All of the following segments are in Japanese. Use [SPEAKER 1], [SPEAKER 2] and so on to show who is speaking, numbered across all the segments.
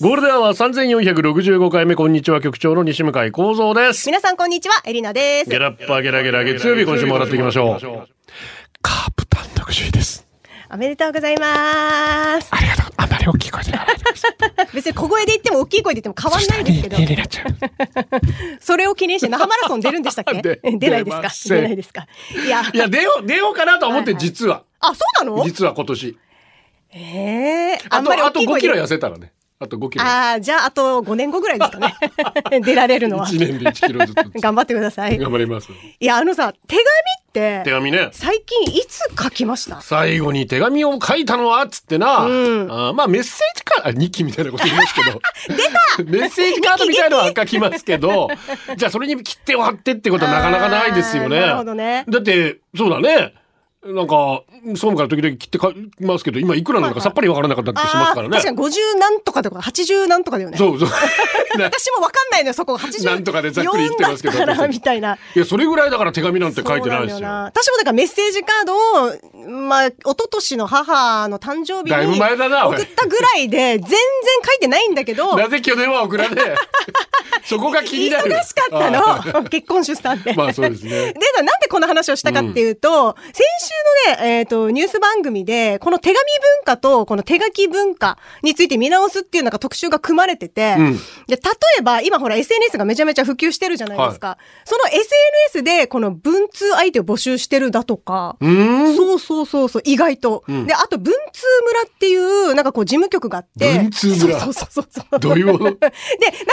[SPEAKER 1] ゴールデンは三千四百六十五回目こんにちは局長の西向井光三です。
[SPEAKER 2] 皆さんこんにちはエリナです
[SPEAKER 1] ゲラッパゲラゲラ月曜日今週も笑っていきましょう。カープ単独首位です。
[SPEAKER 2] おめでとうございます
[SPEAKER 1] ありがとう。あんまり大きい声で言わないでください。
[SPEAKER 2] 別に小声で言っても大きい声で言っても変わんないんですけど
[SPEAKER 1] ねねなちゃん。
[SPEAKER 2] それを記念して那覇マラソン出るんでしたっ け
[SPEAKER 1] で
[SPEAKER 2] 出ない
[SPEAKER 1] 出
[SPEAKER 2] です
[SPEAKER 1] ま
[SPEAKER 2] か
[SPEAKER 1] せん
[SPEAKER 2] 出ないですかいや
[SPEAKER 1] いや出よう出ようかなと思って
[SPEAKER 2] はいはい
[SPEAKER 1] 実は
[SPEAKER 2] あそうなの
[SPEAKER 1] 実は今年。
[SPEAKER 2] ええ
[SPEAKER 1] あ
[SPEAKER 2] あんまり
[SPEAKER 1] とあ
[SPEAKER 2] 大
[SPEAKER 1] と
[SPEAKER 2] きい
[SPEAKER 1] 五
[SPEAKER 2] 声
[SPEAKER 1] キ
[SPEAKER 2] で
[SPEAKER 1] ロ痩せたらね。あと五キロ。
[SPEAKER 2] ああじゃああと5年後ぐらいですかね 出られるのは
[SPEAKER 1] 一年で一キロずつ。
[SPEAKER 2] 頑張ってください
[SPEAKER 1] 頑張ります。
[SPEAKER 2] いやあのさ手紙って
[SPEAKER 1] 手紙ね。
[SPEAKER 2] 最近いつ書きました
[SPEAKER 1] 最後に手紙を書いたのはっつってな、
[SPEAKER 2] うん
[SPEAKER 1] あーまあメッセージカード日記みたいなこと言いますけどメッセージカードみたいのは書きますけどじゃあそれに切手を貼ってってことはなかなかないですよね。
[SPEAKER 2] あーなるほどね
[SPEAKER 1] だってそうだねなんか総務から時々切って書きますけど今いくらなのかさっぱりわからなかったりしますから
[SPEAKER 2] あー確か
[SPEAKER 1] ね。
[SPEAKER 2] に50何とかとか80何とかだよね
[SPEAKER 1] そうそうね
[SPEAKER 2] 私もわかんないのよそこ80
[SPEAKER 1] なんとかでざっくり言ってますけど
[SPEAKER 2] 4だからみたいない
[SPEAKER 1] やそれぐらいだから手紙なんて書いてないです
[SPEAKER 2] そう
[SPEAKER 1] よ。
[SPEAKER 2] んだな私もだからメッセージカードを、まあ、一昨年の母の誕生日
[SPEAKER 1] だいぶ
[SPEAKER 2] に
[SPEAKER 1] 前だなおい
[SPEAKER 2] 送ったぐらいで、全然書いてないんだ けど、
[SPEAKER 1] なぜ去年は送らねえ そこが気になる
[SPEAKER 2] 忙しか
[SPEAKER 1] あー
[SPEAKER 2] ったの。結婚出産で。
[SPEAKER 1] まあそうですね
[SPEAKER 2] で、なんでこの話をしたかっていうと、先週のね、えっ、と、ニュース番組で、この手紙文化と、この手書き文化について見直すっていうなんか特集が組まれてて、
[SPEAKER 1] うん
[SPEAKER 2] で、例えば、今ほら SNS がめちゃめちゃ普及してるじゃないですか。その SNS で、この文通相手を募集してるだとか、
[SPEAKER 1] うーん
[SPEAKER 2] そうそうそうそう、意外と。
[SPEAKER 1] ん
[SPEAKER 2] で、あと、文通村っていう、なんかこう、事務局があって。
[SPEAKER 1] 文通村
[SPEAKER 2] そうそうそうそう。
[SPEAKER 1] どういうもの
[SPEAKER 2] で、なん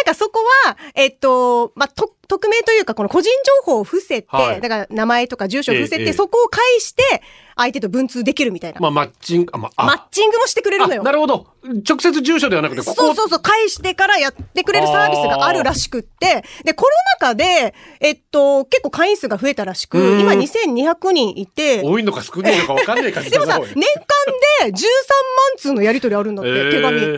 [SPEAKER 2] かそこは、えっと、まあ、と、匿名というか、この個人情報を伏せて、
[SPEAKER 1] はい
[SPEAKER 2] だから名前とか住所を伏せて、
[SPEAKER 1] ええ
[SPEAKER 2] そこを介して、相手と文通できるみたいな。
[SPEAKER 1] まあ、マッチング、あ、まあ、
[SPEAKER 2] マッチングもしてくれるのよ
[SPEAKER 1] あな。るほど。直接住所ではなくて、ここ。
[SPEAKER 2] そうそうそう、返してからやってくれるサービスがあるらしくって、で、コロナ禍で、えっと、結構会員数が増えたらしく、
[SPEAKER 1] うん
[SPEAKER 2] 今2200人いて、
[SPEAKER 1] 多いのか少ないのか分かんない感じ
[SPEAKER 2] でも
[SPEAKER 1] だ
[SPEAKER 2] さ、
[SPEAKER 1] な。
[SPEAKER 2] 年
[SPEAKER 1] おい
[SPEAKER 2] 間で13万通のやり取りあるんだって、
[SPEAKER 1] えー
[SPEAKER 2] 手紙。まあま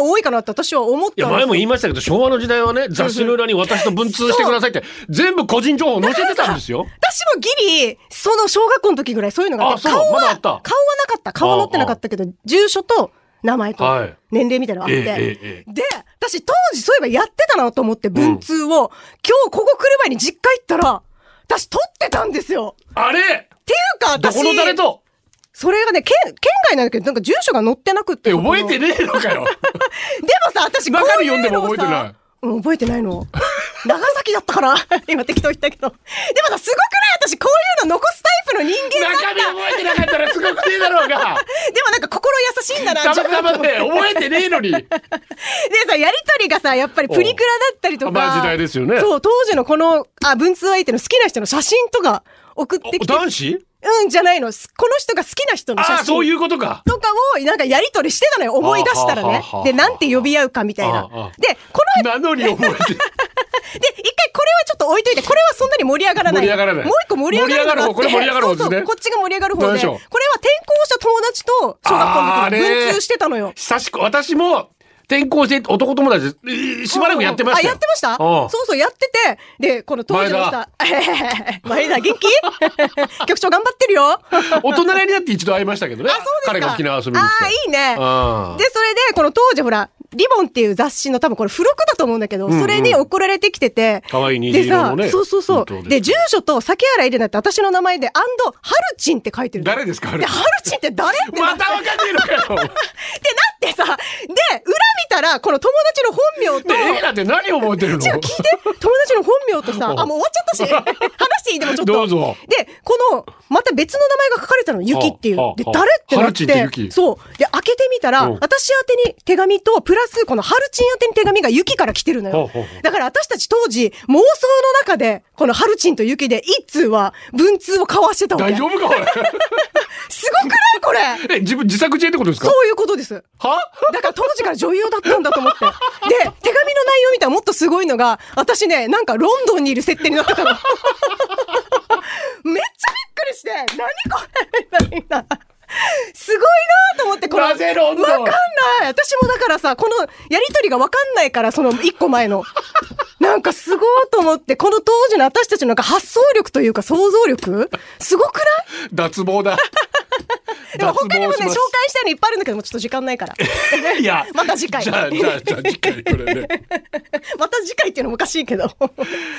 [SPEAKER 2] あ多いかなって私は思っ
[SPEAKER 1] い
[SPEAKER 2] た
[SPEAKER 1] や、
[SPEAKER 2] んです
[SPEAKER 1] 前も言いましたけど、昭和の時代はね、雑誌の裏に私と文通してくださいって、全部個人情報載せてたんです よ。
[SPEAKER 2] 私もギリ、その小学校の時ぐらいそういうのがあって
[SPEAKER 1] あそう
[SPEAKER 2] 顔は、
[SPEAKER 1] まだあっ
[SPEAKER 2] 顔
[SPEAKER 1] た
[SPEAKER 2] はなかった。顔は載ってなかったけど、住所と名前と
[SPEAKER 1] はい
[SPEAKER 2] 年齢みたいなのがあって。
[SPEAKER 1] え
[SPEAKER 2] で、私当時そういえばやってたなと思って文通を、今日ここ来る前に実家行ったら、私撮ってたんですよ。
[SPEAKER 1] あれ
[SPEAKER 2] っていうか
[SPEAKER 1] ど
[SPEAKER 2] 私、
[SPEAKER 1] この誰と
[SPEAKER 2] それがね、県、県外なんだけど、なんか住所が載ってなくって。
[SPEAKER 1] え、覚えて
[SPEAKER 2] る
[SPEAKER 1] ねえのかよ。
[SPEAKER 2] でもさ、私こ
[SPEAKER 1] 中
[SPEAKER 2] う
[SPEAKER 1] 身
[SPEAKER 2] い
[SPEAKER 1] 読んで
[SPEAKER 2] うの
[SPEAKER 1] も
[SPEAKER 2] を
[SPEAKER 1] 覚
[SPEAKER 2] さ
[SPEAKER 1] えてない。
[SPEAKER 2] うん覚えてないの。 長崎だったから、 今適当言ったけど。でもさ、すごくない私こういうの残すタイプの人間だった
[SPEAKER 1] 中身覚えてなかったらすごくねえだろうが。
[SPEAKER 2] でもなんか心優しいんだな、
[SPEAKER 1] た
[SPEAKER 2] 自
[SPEAKER 1] ま
[SPEAKER 2] 分の
[SPEAKER 1] たまね、覚えてねえの に。
[SPEAKER 2] でさ、やりとりがさ、やっぱりプリクラだったりとか。
[SPEAKER 1] おまあ時代ですよね
[SPEAKER 2] そう、当時のこの、あ、文通相手の好きな人の写真とか送ってきて。
[SPEAKER 1] 男子
[SPEAKER 2] うん、じゃないの。すこの人が好きな人の写
[SPEAKER 1] ああ、
[SPEAKER 2] 真。
[SPEAKER 1] そういうことか。
[SPEAKER 2] とかを、なんかやりとりしてたのよ。思い出した
[SPEAKER 1] はあはあ
[SPEAKER 2] らね
[SPEAKER 1] はあはあ。
[SPEAKER 2] で、なんて呼び合うかみたい
[SPEAKER 1] あ
[SPEAKER 2] な
[SPEAKER 1] あああ。
[SPEAKER 2] で、この、
[SPEAKER 1] なのに覚 えて。
[SPEAKER 2] で、一回これはちょっと置いといて、これはそんなに盛り上がらない。
[SPEAKER 1] 盛り上がらない
[SPEAKER 2] もう一個盛り上がるのがあっ
[SPEAKER 1] 盛
[SPEAKER 2] て
[SPEAKER 1] り上がる方これ盛り上がる方ですね
[SPEAKER 2] そうそうこっちが盛り上がる方
[SPEAKER 1] 何で
[SPEAKER 2] で。
[SPEAKER 1] し
[SPEAKER 2] これ
[SPEAKER 1] ょう
[SPEAKER 2] は転校した友達と小学校の時に文通してたのよ。
[SPEAKER 1] 久しく、私も転校して男友達でえーしばらくやってました
[SPEAKER 2] あ、
[SPEAKER 1] よ。
[SPEAKER 2] やってました
[SPEAKER 1] うん
[SPEAKER 2] そうそう、やってて、で、この当時のさ、前田、元気 局長頑張ってるよ。あ、そうですか。
[SPEAKER 1] 大人になって一度会いましたけどね。彼が沖縄遊びに来て。
[SPEAKER 2] あー、いいね。
[SPEAKER 1] あー
[SPEAKER 2] で、それで、この当時、ほら、リボンっていう雑誌の多分これ付録だと思うんだけど、それに送られてきてて。
[SPEAKER 1] 可愛い虹
[SPEAKER 2] で
[SPEAKER 1] 色の
[SPEAKER 2] さ
[SPEAKER 1] ね。、
[SPEAKER 2] そうそうそ
[SPEAKER 1] 本当
[SPEAKER 2] う。で、住所と酒原エレナって私の名前で、アンド、ハルチンって書いてるの。
[SPEAKER 1] 誰ですかあれ
[SPEAKER 2] で、ハルチンって誰ってな
[SPEAKER 1] またわかんねえのかよ。
[SPEAKER 2] ってなってさ、 で、裏見たら、この友達の本名と、
[SPEAKER 1] で、エリナって何覚えてるの
[SPEAKER 2] 違う聞いて友達の本名とさ あもう終わっちゃったし話していいでもちょっと
[SPEAKER 1] どうぞ
[SPEAKER 2] でこのまた別の名前が書かれたの「ゆき」っていう
[SPEAKER 1] はあはあ
[SPEAKER 2] で誰ってな
[SPEAKER 1] ハル
[SPEAKER 2] っ
[SPEAKER 1] チンってユ
[SPEAKER 2] て
[SPEAKER 1] キ
[SPEAKER 2] そうで開けてみたら
[SPEAKER 1] うん
[SPEAKER 2] 私宛てに手紙とプラスこのハルチン宛てに手紙がゆきから来てるの
[SPEAKER 1] はあ
[SPEAKER 2] よ
[SPEAKER 1] はあはあ
[SPEAKER 2] だから私たち当時妄想の中でこのハルチンとゆきで一通は文通を交わしてたわ
[SPEAKER 1] 大
[SPEAKER 2] け
[SPEAKER 1] 丈夫かお
[SPEAKER 2] すごくないこれ
[SPEAKER 1] い。え、自分自作自演ってことですか
[SPEAKER 2] そういうことです
[SPEAKER 1] は
[SPEAKER 2] だから当時から女優だったんだと思って。で、手紙の内容見たらもっとすごいのが、私ね、なんかロンドンにいる設定になってたの。れ何これみたいな。すごいなと思って、これ。
[SPEAKER 1] なぜロンドン
[SPEAKER 2] わかんない私もだからさ、このやりとりがわかんないから、その一個前の。なんかすごいと思って、この当時の私たちのなんか発想力というか想像力すごくない
[SPEAKER 1] 脱帽だ。
[SPEAKER 2] でも他にもね、
[SPEAKER 1] 脱
[SPEAKER 2] 紹
[SPEAKER 1] 帽
[SPEAKER 2] 介
[SPEAKER 1] しま
[SPEAKER 2] したいのいっぱいあるんだけども、ちょっと時間ないから。
[SPEAKER 1] すいや、
[SPEAKER 2] また次 回。
[SPEAKER 1] じゃあ、じゃあ、じゃあ、次回これね。
[SPEAKER 2] また次回っていうのもおかしいけど。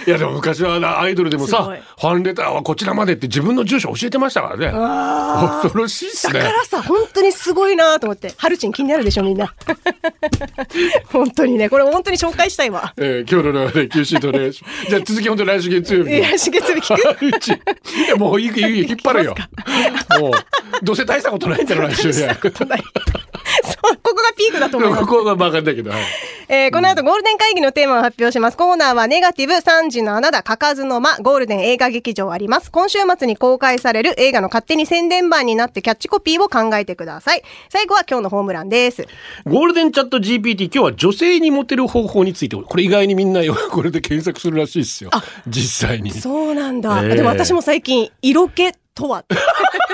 [SPEAKER 1] い や、でも昔はなアイドルでも
[SPEAKER 2] すご
[SPEAKER 1] さ
[SPEAKER 2] い、
[SPEAKER 1] ファンレターはこちらまでって自分の住所教えてましたからね。恐ろしいっす
[SPEAKER 2] だか
[SPEAKER 1] ね。
[SPEAKER 2] らさ、本当にすごいなと思って。ハルチン気になるでしょ、みんな。 本当にね、これ本当に紹介したいわ。
[SPEAKER 1] えー、今日の流れ、休止とね。 じゃあ続き本当に来週月曜日
[SPEAKER 2] い。や、しげつび聞く
[SPEAKER 1] う ちいやもういいいい引っ張るよ。もう、どうせ大したことないから来週
[SPEAKER 2] 大し
[SPEAKER 1] ね
[SPEAKER 2] た。ことない。そう、ここがピークだと思います
[SPEAKER 1] こ。こがバカだけど。はい
[SPEAKER 2] えーこの後ゴールデン会議のテーマを発表します。コーナーはネガティブ3時のあなた、書かずの間、ゴールデン映画劇場あります。今週末に公開される映画の勝手に宣伝版になってキャッチコピーを考えてください。最後は今日のホームランです。
[SPEAKER 1] ゴールデンチャット GPT、今日は女性にモテる方法について、これ意外にみんな これで検索するらしいですよ。実際に。
[SPEAKER 2] そうなんだ。
[SPEAKER 1] ええ
[SPEAKER 2] でも私も最近、色気とは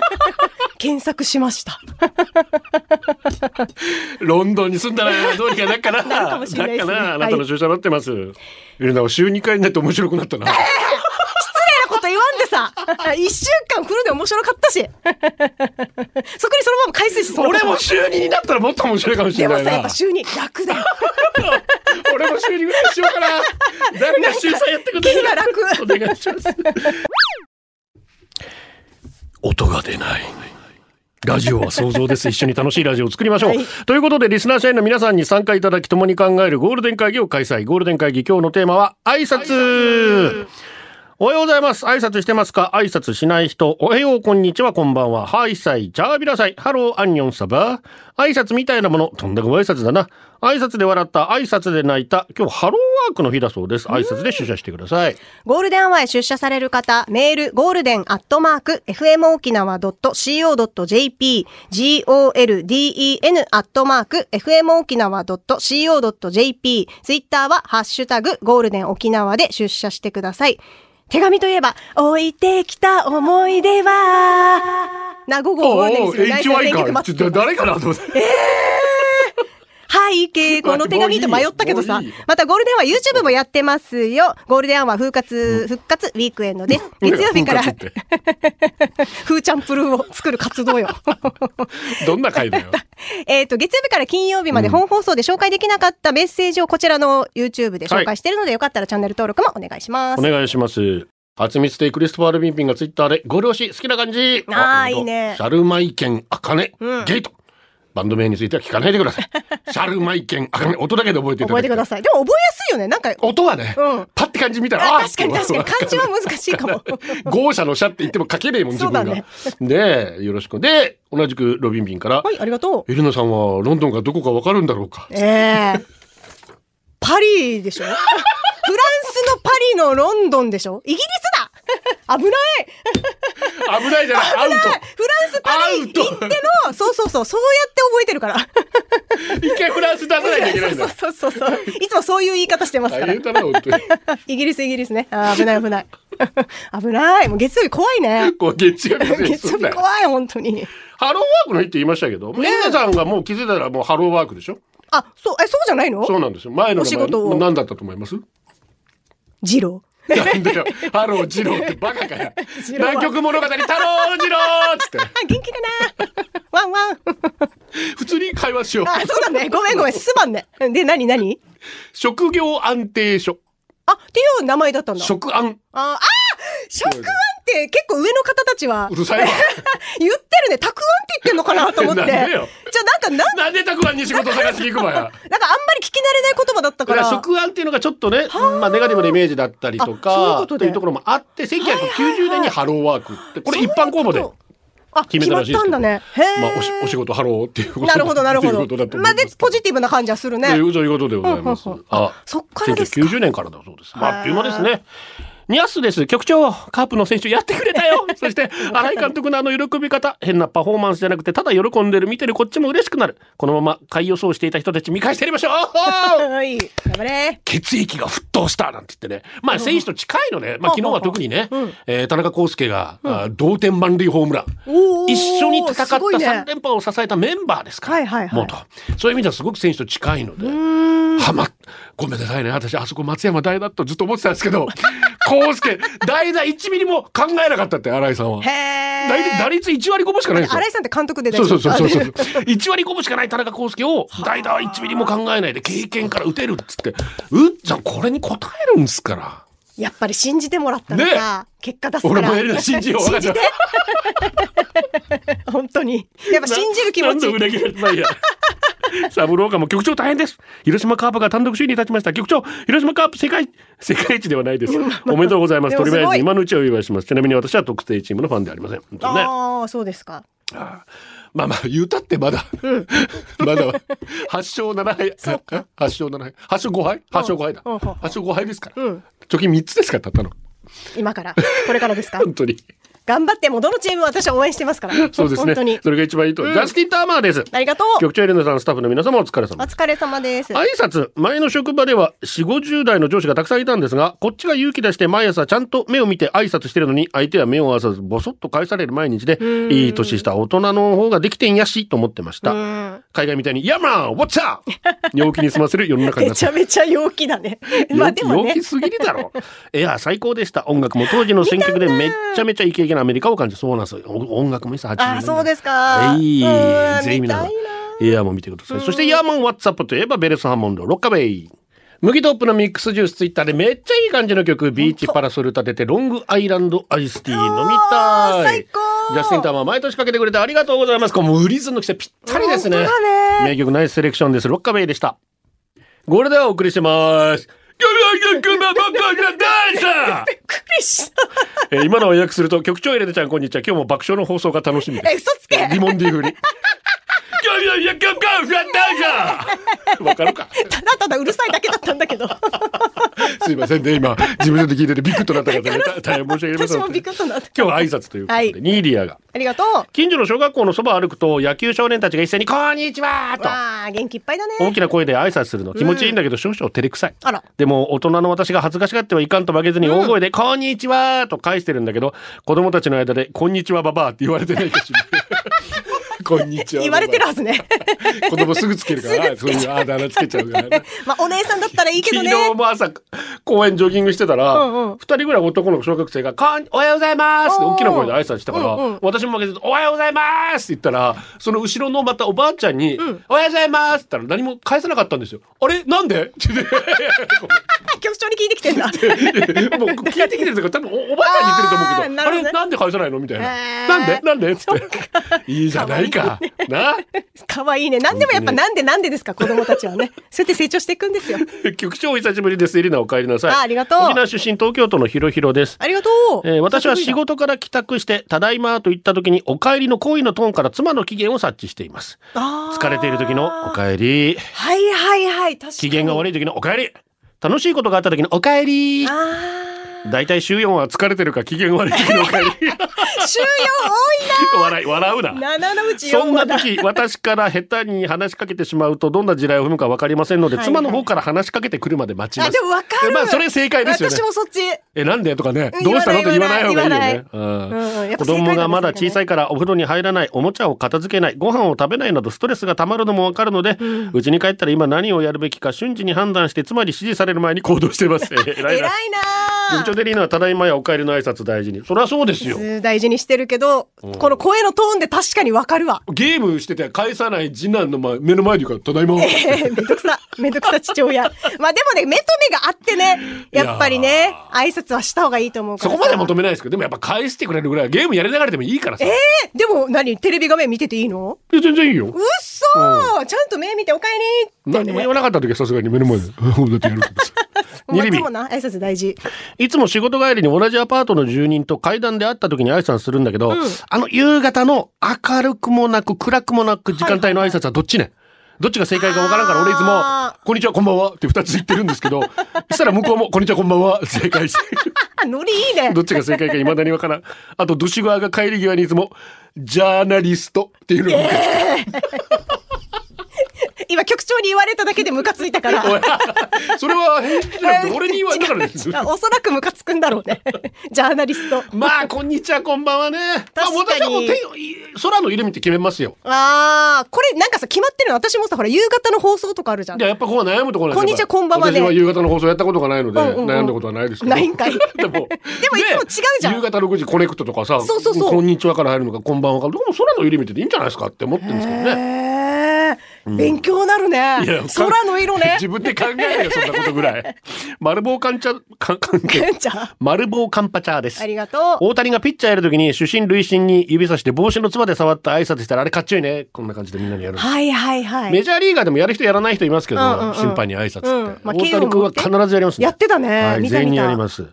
[SPEAKER 2] 検索しました。
[SPEAKER 1] ロンドンに住んだらどうにかなっかな。
[SPEAKER 2] なるかもしれないですね
[SPEAKER 1] だからあなたの注射になってます。えなんか週2回になって面白くな ったな。
[SPEAKER 2] そんなこと言わんでさ、 一週間フルで面白かったし、そ こにそのまま回数してその
[SPEAKER 1] 俺も週2になったらもっと面白いかもし
[SPEAKER 2] で
[SPEAKER 1] れ
[SPEAKER 2] も
[SPEAKER 1] ない
[SPEAKER 2] さ、やっ
[SPEAKER 1] な
[SPEAKER 2] ぱ。週に楽だよ。
[SPEAKER 1] 俺も週2ぐらいにしようかな。誰が週3やってくれ
[SPEAKER 2] 気
[SPEAKER 1] る
[SPEAKER 2] が楽。
[SPEAKER 1] お願いします。音が出ない。ラジオは想像です。一緒に楽しいラジオを作りましょう。
[SPEAKER 2] はい
[SPEAKER 1] ということで、リスナー社員の皆さんに参加いただき、共に考えるゴールデン会議を開催。ゴールデン会議、今日のテーマは、挨拶おはようございます。挨拶してますか挨拶しない人。おはよう、こんにちは、こんばんは。はい、さい、じゃあ、びらさい。ハロー、アンニョンサバ挨拶みたいなもの。とんだご挨拶だな。挨拶で笑った、挨拶で泣いた。今日、ハローワークの日だそうです。挨拶で出社してください。
[SPEAKER 2] ゴールデンアワーへ出社される方、メール、ゴールデンアットマーク、fmokinawa.co.jp、golden アットマーク、fmokinawa.co.jp、ツイッターは、ハッシュタグ、ゴールデン沖縄で出社してください。手紙といえば、置いてきた思い出は、な、午後ゴールデンにする内緒選曲待ってます
[SPEAKER 1] 誰かなと思って。
[SPEAKER 2] はい、けこの手紙と迷ったけどさ
[SPEAKER 1] もういい。
[SPEAKER 2] またゴールデンは YouTube もやってますよ。ゴールデンは復活、復活ウィークエンドです。月曜 日から、
[SPEAKER 1] なん復活
[SPEAKER 2] フーチャンプルーを作る活動よ。
[SPEAKER 1] っ てどんな回だよ。
[SPEAKER 2] えっと、月曜日から金曜日まで本放送で紹介できなかったメッセージをこちらの YouTube で紹介しているので、よかったらチャンネル登録もお願いします
[SPEAKER 1] お。願いします。初見ステイクリストファールビンピンがツイッターで、ご両親好きな感じ
[SPEAKER 2] あー
[SPEAKER 1] 本当
[SPEAKER 2] いいね
[SPEAKER 1] シャルマイケン、アカネ、
[SPEAKER 2] うん
[SPEAKER 1] ゲート。バンド名については聞かないでくださ い。シャルマイケン、アカネ、音だけで覚えていた
[SPEAKER 2] 覚
[SPEAKER 1] だ
[SPEAKER 2] え
[SPEAKER 1] き
[SPEAKER 2] て
[SPEAKER 1] た
[SPEAKER 2] ください。でも覚えやすいよね。なんか、
[SPEAKER 1] 音はね、
[SPEAKER 2] うん
[SPEAKER 1] パッて感じ見たら、
[SPEAKER 2] あ
[SPEAKER 1] あ
[SPEAKER 2] 確かに確かに。漢字は難しいか も。
[SPEAKER 1] 豪者の社って言っても書けねえもん、自
[SPEAKER 2] そう
[SPEAKER 1] 分
[SPEAKER 2] だ
[SPEAKER 1] が。
[SPEAKER 2] ね
[SPEAKER 1] で、よろしく。で、同じくロビンピンから、
[SPEAKER 2] はい、ありがとう。
[SPEAKER 1] エリナさんはロンドンがどこかわかるんだろうか。
[SPEAKER 2] ええパリでしょ フランスのパリのロンドンでしょイギリスだ 危ない
[SPEAKER 1] 危ないじゃない、 アウト。
[SPEAKER 2] フランスパリ行っての、そうそうそう、そうやって覚えてるから。
[SPEAKER 1] 一回フランス出さないといけないんだ。
[SPEAKER 2] そうそうそうそう。いつもそういう言い方してますか
[SPEAKER 1] 大
[SPEAKER 2] ら
[SPEAKER 1] 変。だな、本 当に。
[SPEAKER 2] イギリス、イギリスね。あー危ない、危ない。危ない。もう月曜日怖いね。
[SPEAKER 1] こう月曜日のせいに
[SPEAKER 2] 月
[SPEAKER 1] す
[SPEAKER 2] 曜
[SPEAKER 1] んな
[SPEAKER 2] 日
[SPEAKER 1] よ
[SPEAKER 2] 怖い、本当に。
[SPEAKER 1] ハローワークの日って言いましたけど、エリナさんがもう気づいたらもうハローワークでしょ
[SPEAKER 2] あ、そう、え、そうじゃないの
[SPEAKER 1] そうなんですよ。前の
[SPEAKER 2] お仕事を
[SPEAKER 1] 名前何だったと思います
[SPEAKER 2] ジロー。
[SPEAKER 1] なんだよ。ハロー、ジローってバカか よ。
[SPEAKER 2] ジローは
[SPEAKER 1] 南極物語、太郎、ジローっつって。
[SPEAKER 2] あ、元気かなワンワン。
[SPEAKER 1] 普通に会話しよう。
[SPEAKER 2] あ、そうだね。ごめんごめん。すばんね。で、なになに
[SPEAKER 1] 職業安定所。
[SPEAKER 2] あ、っていう名前だったんだ。
[SPEAKER 1] 職安。
[SPEAKER 2] あー、あー食腕って結構上の方たちは
[SPEAKER 1] うるさいわ。
[SPEAKER 2] 言ってるね。たくあんって言ってんのかなと思って。
[SPEAKER 1] なん
[SPEAKER 2] じゃあ
[SPEAKER 1] でよ
[SPEAKER 2] なんか、なん
[SPEAKER 1] なんでたくあんに仕事探しに行くわや。
[SPEAKER 2] なんかあんまり聞き慣れない言葉だった
[SPEAKER 1] だ
[SPEAKER 2] か。
[SPEAKER 1] からら食安っていうのがちょっとね、まあネガティブなイメージだったりと
[SPEAKER 2] あそういう
[SPEAKER 1] か
[SPEAKER 2] こと
[SPEAKER 1] と
[SPEAKER 2] で
[SPEAKER 1] いうところもあって、1990年にハローワークってこれ一般公募で、
[SPEAKER 2] あ、
[SPEAKER 1] 決め
[SPEAKER 2] 決
[SPEAKER 1] た
[SPEAKER 2] ま
[SPEAKER 1] ら
[SPEAKER 2] っ
[SPEAKER 1] しいです
[SPEAKER 2] た
[SPEAKER 1] け
[SPEAKER 2] ん
[SPEAKER 1] ど
[SPEAKER 2] だね。へえ。
[SPEAKER 1] まあおしお仕事ハローっていうこと
[SPEAKER 2] なるほど、なるほ
[SPEAKER 1] という
[SPEAKER 2] ど
[SPEAKER 1] ことだと。思
[SPEAKER 2] ま
[SPEAKER 1] い
[SPEAKER 2] あ、
[SPEAKER 1] ま。
[SPEAKER 2] ですポジティブな感じはするね。
[SPEAKER 1] というということでございます
[SPEAKER 2] うんうんうん。
[SPEAKER 1] あ、
[SPEAKER 2] そっからですか
[SPEAKER 1] 1990年からだそうです。まああっという間ですね。ニャスです。局長、カープの選手やってくれた よ。そして、新井監督のあの喜び方、変なパフォーマンスじゃなくて、ただ喜んでる、見てるこっちも嬉しくなる。このまま、買い予想していた人たち見返してやりましょう
[SPEAKER 2] はい。頑張れ。
[SPEAKER 1] 血液が沸騰したなんて言ってね。まあ、選手と近いのね。まあ、昨日は特にね、えー田中康介が、あー同点満塁ホームラン。
[SPEAKER 2] おー
[SPEAKER 1] 一緒に戦った
[SPEAKER 2] すごいね
[SPEAKER 1] 3連覇を支えたメンバーですから。
[SPEAKER 2] はいはいはい
[SPEAKER 1] もうと。そういう意味ではすごく選手と近いので。はま、ごめんなさいね。私、あそこ松山代打とずっと思ってたんですけど、 康介、代打1ミリも考えなかったって、新井さんは。
[SPEAKER 2] へえ。
[SPEAKER 1] 大体打率1割5分しかないんですよ
[SPEAKER 2] 新。井さんって監督で
[SPEAKER 1] そ
[SPEAKER 2] 大丈
[SPEAKER 1] うそう
[SPEAKER 2] 夫
[SPEAKER 1] そうそうそう。
[SPEAKER 2] あで
[SPEAKER 1] 1割5分しかない田中康介を代打は1ミリも考えないで経験から打てるっつって、うっちゃんこれに応えるんですから。
[SPEAKER 2] やっぱり信じてもらったらさ、結果出すか
[SPEAKER 1] 俺
[SPEAKER 2] ら。
[SPEAKER 1] もエリナ信じよう。
[SPEAKER 2] 信じて。 本当に。やっぱ信じる気持
[SPEAKER 1] なんで
[SPEAKER 2] ち。
[SPEAKER 1] 裏切られてない や。サブローカも局長大変です。広島カープが単独首位に立ちました。局長、広島カープ世界、世界一では ないです。おめでとうございます。
[SPEAKER 2] で
[SPEAKER 1] と
[SPEAKER 2] もす
[SPEAKER 1] り
[SPEAKER 2] ごい
[SPEAKER 1] あえず今のうちをお祝いします。ちなみに私は特定チームのファンではありません。本当にね。
[SPEAKER 2] ああ、そうですか。
[SPEAKER 1] まあまあ、言うたってまだ、 まだ、8勝7敗、8勝7敗、8勝5敗 ?8 勝5敗だ。
[SPEAKER 2] うんうん
[SPEAKER 1] 8勝5敗ですから。
[SPEAKER 2] うん
[SPEAKER 1] 貯金3つですから、たったの。
[SPEAKER 2] 今から。これからですか
[SPEAKER 1] 本 当に。
[SPEAKER 2] 頑張って、もうどのチームも私は応援してますから。
[SPEAKER 1] そうですね。
[SPEAKER 2] 本当に。
[SPEAKER 1] それが一番いいと。ジャスティン・ターマーです。
[SPEAKER 2] ありがとう。
[SPEAKER 1] 局長エレナさん、スタッフの皆様お疲れ
[SPEAKER 2] お
[SPEAKER 1] 様です。
[SPEAKER 2] 疲れ様です。
[SPEAKER 1] 挨拶、前の職場では4、50代の上司がたくさんいたんですが、こっちが勇気出して毎朝ちゃんと目を見て挨拶してるのに、相手は目を合わさず、ぼそっと返される毎日で、いい年した大人の方ができてんやし、と思ってました。
[SPEAKER 2] うん。
[SPEAKER 1] 海外みたいに、ヤーマンウォッチ ャー陽気に済ませる世の中に
[SPEAKER 2] め
[SPEAKER 1] なっ
[SPEAKER 2] ち
[SPEAKER 1] た。
[SPEAKER 2] ゃめちゃ陽気だね。まあ
[SPEAKER 1] 陽
[SPEAKER 2] で
[SPEAKER 1] 気
[SPEAKER 2] もね
[SPEAKER 1] 陽気。すぎるだろう。いや、最高でした。音楽も当時の選曲でめっちゃめちゃイケイケなアメリカを感じそうなんですよ。お音楽もいいさ、80年代
[SPEAKER 2] ああ、そうですか。
[SPEAKER 1] は
[SPEAKER 2] う
[SPEAKER 1] い。
[SPEAKER 2] ん
[SPEAKER 1] ぜひ
[SPEAKER 2] 見
[SPEAKER 1] 皆
[SPEAKER 2] た
[SPEAKER 1] さ、
[SPEAKER 2] いなん
[SPEAKER 1] エアーも見てください。そして、ヤーマンワッツアップといえば、ベレスハーモンド、ロッカベイ。麦トップのミックスジュースツイッターでめっちゃいい感じの曲、ビーチパラソル立てて、ロングアイランドアイスティー飲み
[SPEAKER 2] おー
[SPEAKER 1] たい
[SPEAKER 2] 最。高
[SPEAKER 1] ジャスティンターマー毎年かけてくれてありがとうございます。これもうウリズンの季節ぴったりですね。
[SPEAKER 2] 本当だね
[SPEAKER 1] 名曲ナイスセレクションです。ロッカベイでした。ゴールデンをお送りしてます。
[SPEAKER 2] びっくりした。
[SPEAKER 1] えー今のを予約すると局長エレナちゃんこんにちは今日も爆笑の放送が楽しみです
[SPEAKER 2] え、嘘つけ。
[SPEAKER 1] リモンディ風に。わかるか
[SPEAKER 2] ただただうるさいだけだったん だけど。
[SPEAKER 1] すいませんね今自分で聞いててビクッとなった方ね大大変申し訳ありません
[SPEAKER 2] 私もビクッとなった
[SPEAKER 1] 今日は挨拶ということで、
[SPEAKER 2] はい
[SPEAKER 1] ニーリアが
[SPEAKER 2] ありがとう。
[SPEAKER 1] 近所の小学校のそばを歩くと野球少年たちが一斉に「こんにちは!」と
[SPEAKER 2] わあ、元気いっぱいだ
[SPEAKER 1] 大
[SPEAKER 2] ね。
[SPEAKER 1] きな声で挨拶するの気持ちいいんだけど少々照れくさい、
[SPEAKER 2] あら
[SPEAKER 1] でも大人の私が恥ずかしがってはいかんと負けずに大声で「こんにちは!」と返してるんだけど子供たちの間で「こんにちはババア」って言われてないかしらこんにちは
[SPEAKER 2] 言
[SPEAKER 1] ババ
[SPEAKER 2] わ
[SPEAKER 1] ア
[SPEAKER 2] れてるはずね。
[SPEAKER 1] 子供すぐつける からそういうあだ名つ けちゃうからね
[SPEAKER 2] まあ、お姉さんだったら いいけどね。
[SPEAKER 1] 昨日も朝公園ジョギングしてたら
[SPEAKER 2] うんうん
[SPEAKER 1] 二人ぐらい男の小学生が「こんおはようございます」って
[SPEAKER 2] おー
[SPEAKER 1] 大きな声で挨拶したから、
[SPEAKER 2] うんうん
[SPEAKER 1] 私も負けずに「おはようございます」って言ったらその後ろのまたおばあちゃんに「おはようございます」って言ったら何も返さなかったんですよ。あれなんでって 言って
[SPEAKER 2] あ局長に聞いて きてんだ。
[SPEAKER 1] もう聞いてきてるとか多分おおばあちゃんに言ってると思うけ
[SPEAKER 2] あー
[SPEAKER 1] ど
[SPEAKER 2] な
[SPEAKER 1] あ
[SPEAKER 2] るほどね
[SPEAKER 1] れなんで返さないのみたい
[SPEAKER 2] へー
[SPEAKER 1] な「なんでなんで?」っつって「いいじゃないか」な
[SPEAKER 2] 可愛いね。何でもやっぱなんでなんでですか、子供たちはね。そうやって成長していくんですよ。
[SPEAKER 1] 局長お久しぶりですエリナお帰りなさい
[SPEAKER 2] あありがとう
[SPEAKER 1] 沖縄出身東京都のひろひろです
[SPEAKER 2] ありがとう。
[SPEAKER 1] えー私は仕事から帰宅して、ただいまと言った時に、お帰りの恋のトーンから妻の機嫌を察知しています。疲
[SPEAKER 2] 疲
[SPEAKER 1] れている時の、お帰り。
[SPEAKER 2] はいはいはい。確かに。
[SPEAKER 1] 機嫌が悪い時の、お帰り。楽しいことがあった時の、お帰り。
[SPEAKER 2] あ
[SPEAKER 1] だいたい週4は疲れてるか機嫌悪い時のお帰り。
[SPEAKER 2] あ。収容多
[SPEAKER 1] 笑い、笑う
[SPEAKER 2] い
[SPEAKER 1] な。
[SPEAKER 2] な。7のうち
[SPEAKER 1] そ
[SPEAKER 2] 4
[SPEAKER 1] んな
[SPEAKER 2] はだ。
[SPEAKER 1] 時、私から下手に話しかけてしまうと、どんな地雷を踏むかわかりませんので、
[SPEAKER 2] はいはい
[SPEAKER 1] 妻の方から話しかけてくるまで待ちます。
[SPEAKER 2] あ、でもわかる。
[SPEAKER 1] まあ、それ正解ですよね。
[SPEAKER 2] 私もそっち。
[SPEAKER 1] え、なんでとかね
[SPEAKER 2] う、ん
[SPEAKER 1] どうしたのと言
[SPEAKER 2] 言わ
[SPEAKER 1] わ
[SPEAKER 2] な
[SPEAKER 1] ないい方がいいよね。
[SPEAKER 2] 言うんうんやっ
[SPEAKER 1] 子
[SPEAKER 2] ぱ
[SPEAKER 1] 供がまだ小さ
[SPEAKER 2] 正解なんですか
[SPEAKER 1] いからお風呂に入らない、おもちゃを片付けない、ご飯を食べないなどストレスがたまるのもわかるので、うちに帰ったら今何をやるべきか瞬時に判断して、つまり指示される前に行動してます。えら
[SPEAKER 2] 偉い
[SPEAKER 1] いな。
[SPEAKER 2] な
[SPEAKER 1] 局長デリーナはただいまやお帰りの挨拶大事に。そりゃそうですよ。
[SPEAKER 2] あ。大事にしてるけど、この声のトーンで確かにわかるわ。
[SPEAKER 1] ゲームしてて返さない次男の前目の前で言うから、ただい ま。
[SPEAKER 2] えーめんど くさ、めんどくさ父親。まあでもね、目と目があってね、やっぱりね、挨拶はした方がいいと思うか
[SPEAKER 1] そ
[SPEAKER 2] らさ。
[SPEAKER 1] こまで求めないですけど、でもやっぱ返してくれるぐらい、ゲームやりながらでもいいからさ。え
[SPEAKER 2] えでも何テレビ画面見てていいの
[SPEAKER 1] 全然いいよ。
[SPEAKER 2] うっそー、ちゃんと目見ておかえりって
[SPEAKER 1] 何
[SPEAKER 2] ね。
[SPEAKER 1] も言わなかった時はさすがに目の前で、 うんだってやるけどさ
[SPEAKER 2] も
[SPEAKER 1] ニ
[SPEAKER 2] う
[SPEAKER 1] リ
[SPEAKER 2] で
[SPEAKER 1] ビ
[SPEAKER 2] もな、挨拶大事。
[SPEAKER 1] いつも仕事帰りに同じアパートの住人と階段で会った時に挨拶するんだけど、あの夕方の明るくもなく暗くもなく時間帯の挨拶はどっちね、どっちが正解かわからんから俺いつ
[SPEAKER 2] あ
[SPEAKER 1] も、こんにちはこんばんはって二つ言ってるんですけど、そしたら向こうも、こんにちはこんばんは正解して。
[SPEAKER 2] あノリいいね
[SPEAKER 1] どっちが正解か未だにわからん。あと、ドシ側が帰り際にいつも、ジャーナリストっていうのを僕
[SPEAKER 2] 今局長に言われただけでムカついたから
[SPEAKER 1] おいそれは平気じゃなくて俺に言われたから です
[SPEAKER 2] 違う違うおそらくムカつくんだろうね ジャーナリスト
[SPEAKER 1] まあこんにちはこんばんはねまあ
[SPEAKER 2] 確か
[SPEAKER 1] 私
[SPEAKER 2] に
[SPEAKER 1] はもう天い空の色見て決めますよ
[SPEAKER 2] あーこれなんかさ決まってるの私もさほら夕方の放送とかあるじゃん
[SPEAKER 1] でやっぱここは悩むところなんですよ
[SPEAKER 2] こんにちはこんばんはで
[SPEAKER 1] 私は夕方の放送やったことがないので、
[SPEAKER 2] うんうんうん
[SPEAKER 1] 悩んだことはないですけど
[SPEAKER 2] ないんかい
[SPEAKER 1] でもでもい
[SPEAKER 2] もいつも違うじゃん
[SPEAKER 1] 夕方6時コネクトとかさ
[SPEAKER 2] そうそうそう
[SPEAKER 1] こんにちはから入るのかこんばんはからどうも空の色見てていいんじゃないですかって思ってるんですけどね
[SPEAKER 2] へー勉強なるね
[SPEAKER 1] いや
[SPEAKER 2] 空の色ね
[SPEAKER 1] 自分で考えるよそんなことぐ らい丸棒カンチャカンカン
[SPEAKER 2] ケンちゃん
[SPEAKER 1] 丸棒カンパチャーです
[SPEAKER 2] ありがとう
[SPEAKER 1] 大谷がピッチャーやるときに主審塁審に指さして帽子のつばで触って挨拶したらあれかっちょいいねこんな感じでみんなにやる、
[SPEAKER 2] はいはいはい
[SPEAKER 1] メジャーリーガーでもやる人やらない人いますけど、
[SPEAKER 2] うんうんうん
[SPEAKER 1] 審判に挨拶って、
[SPEAKER 2] うんまあ
[SPEAKER 1] 大谷君は必ずやりますね
[SPEAKER 2] やってたね
[SPEAKER 1] はい、
[SPEAKER 2] 見た
[SPEAKER 1] 全員に
[SPEAKER 2] 見た
[SPEAKER 1] やります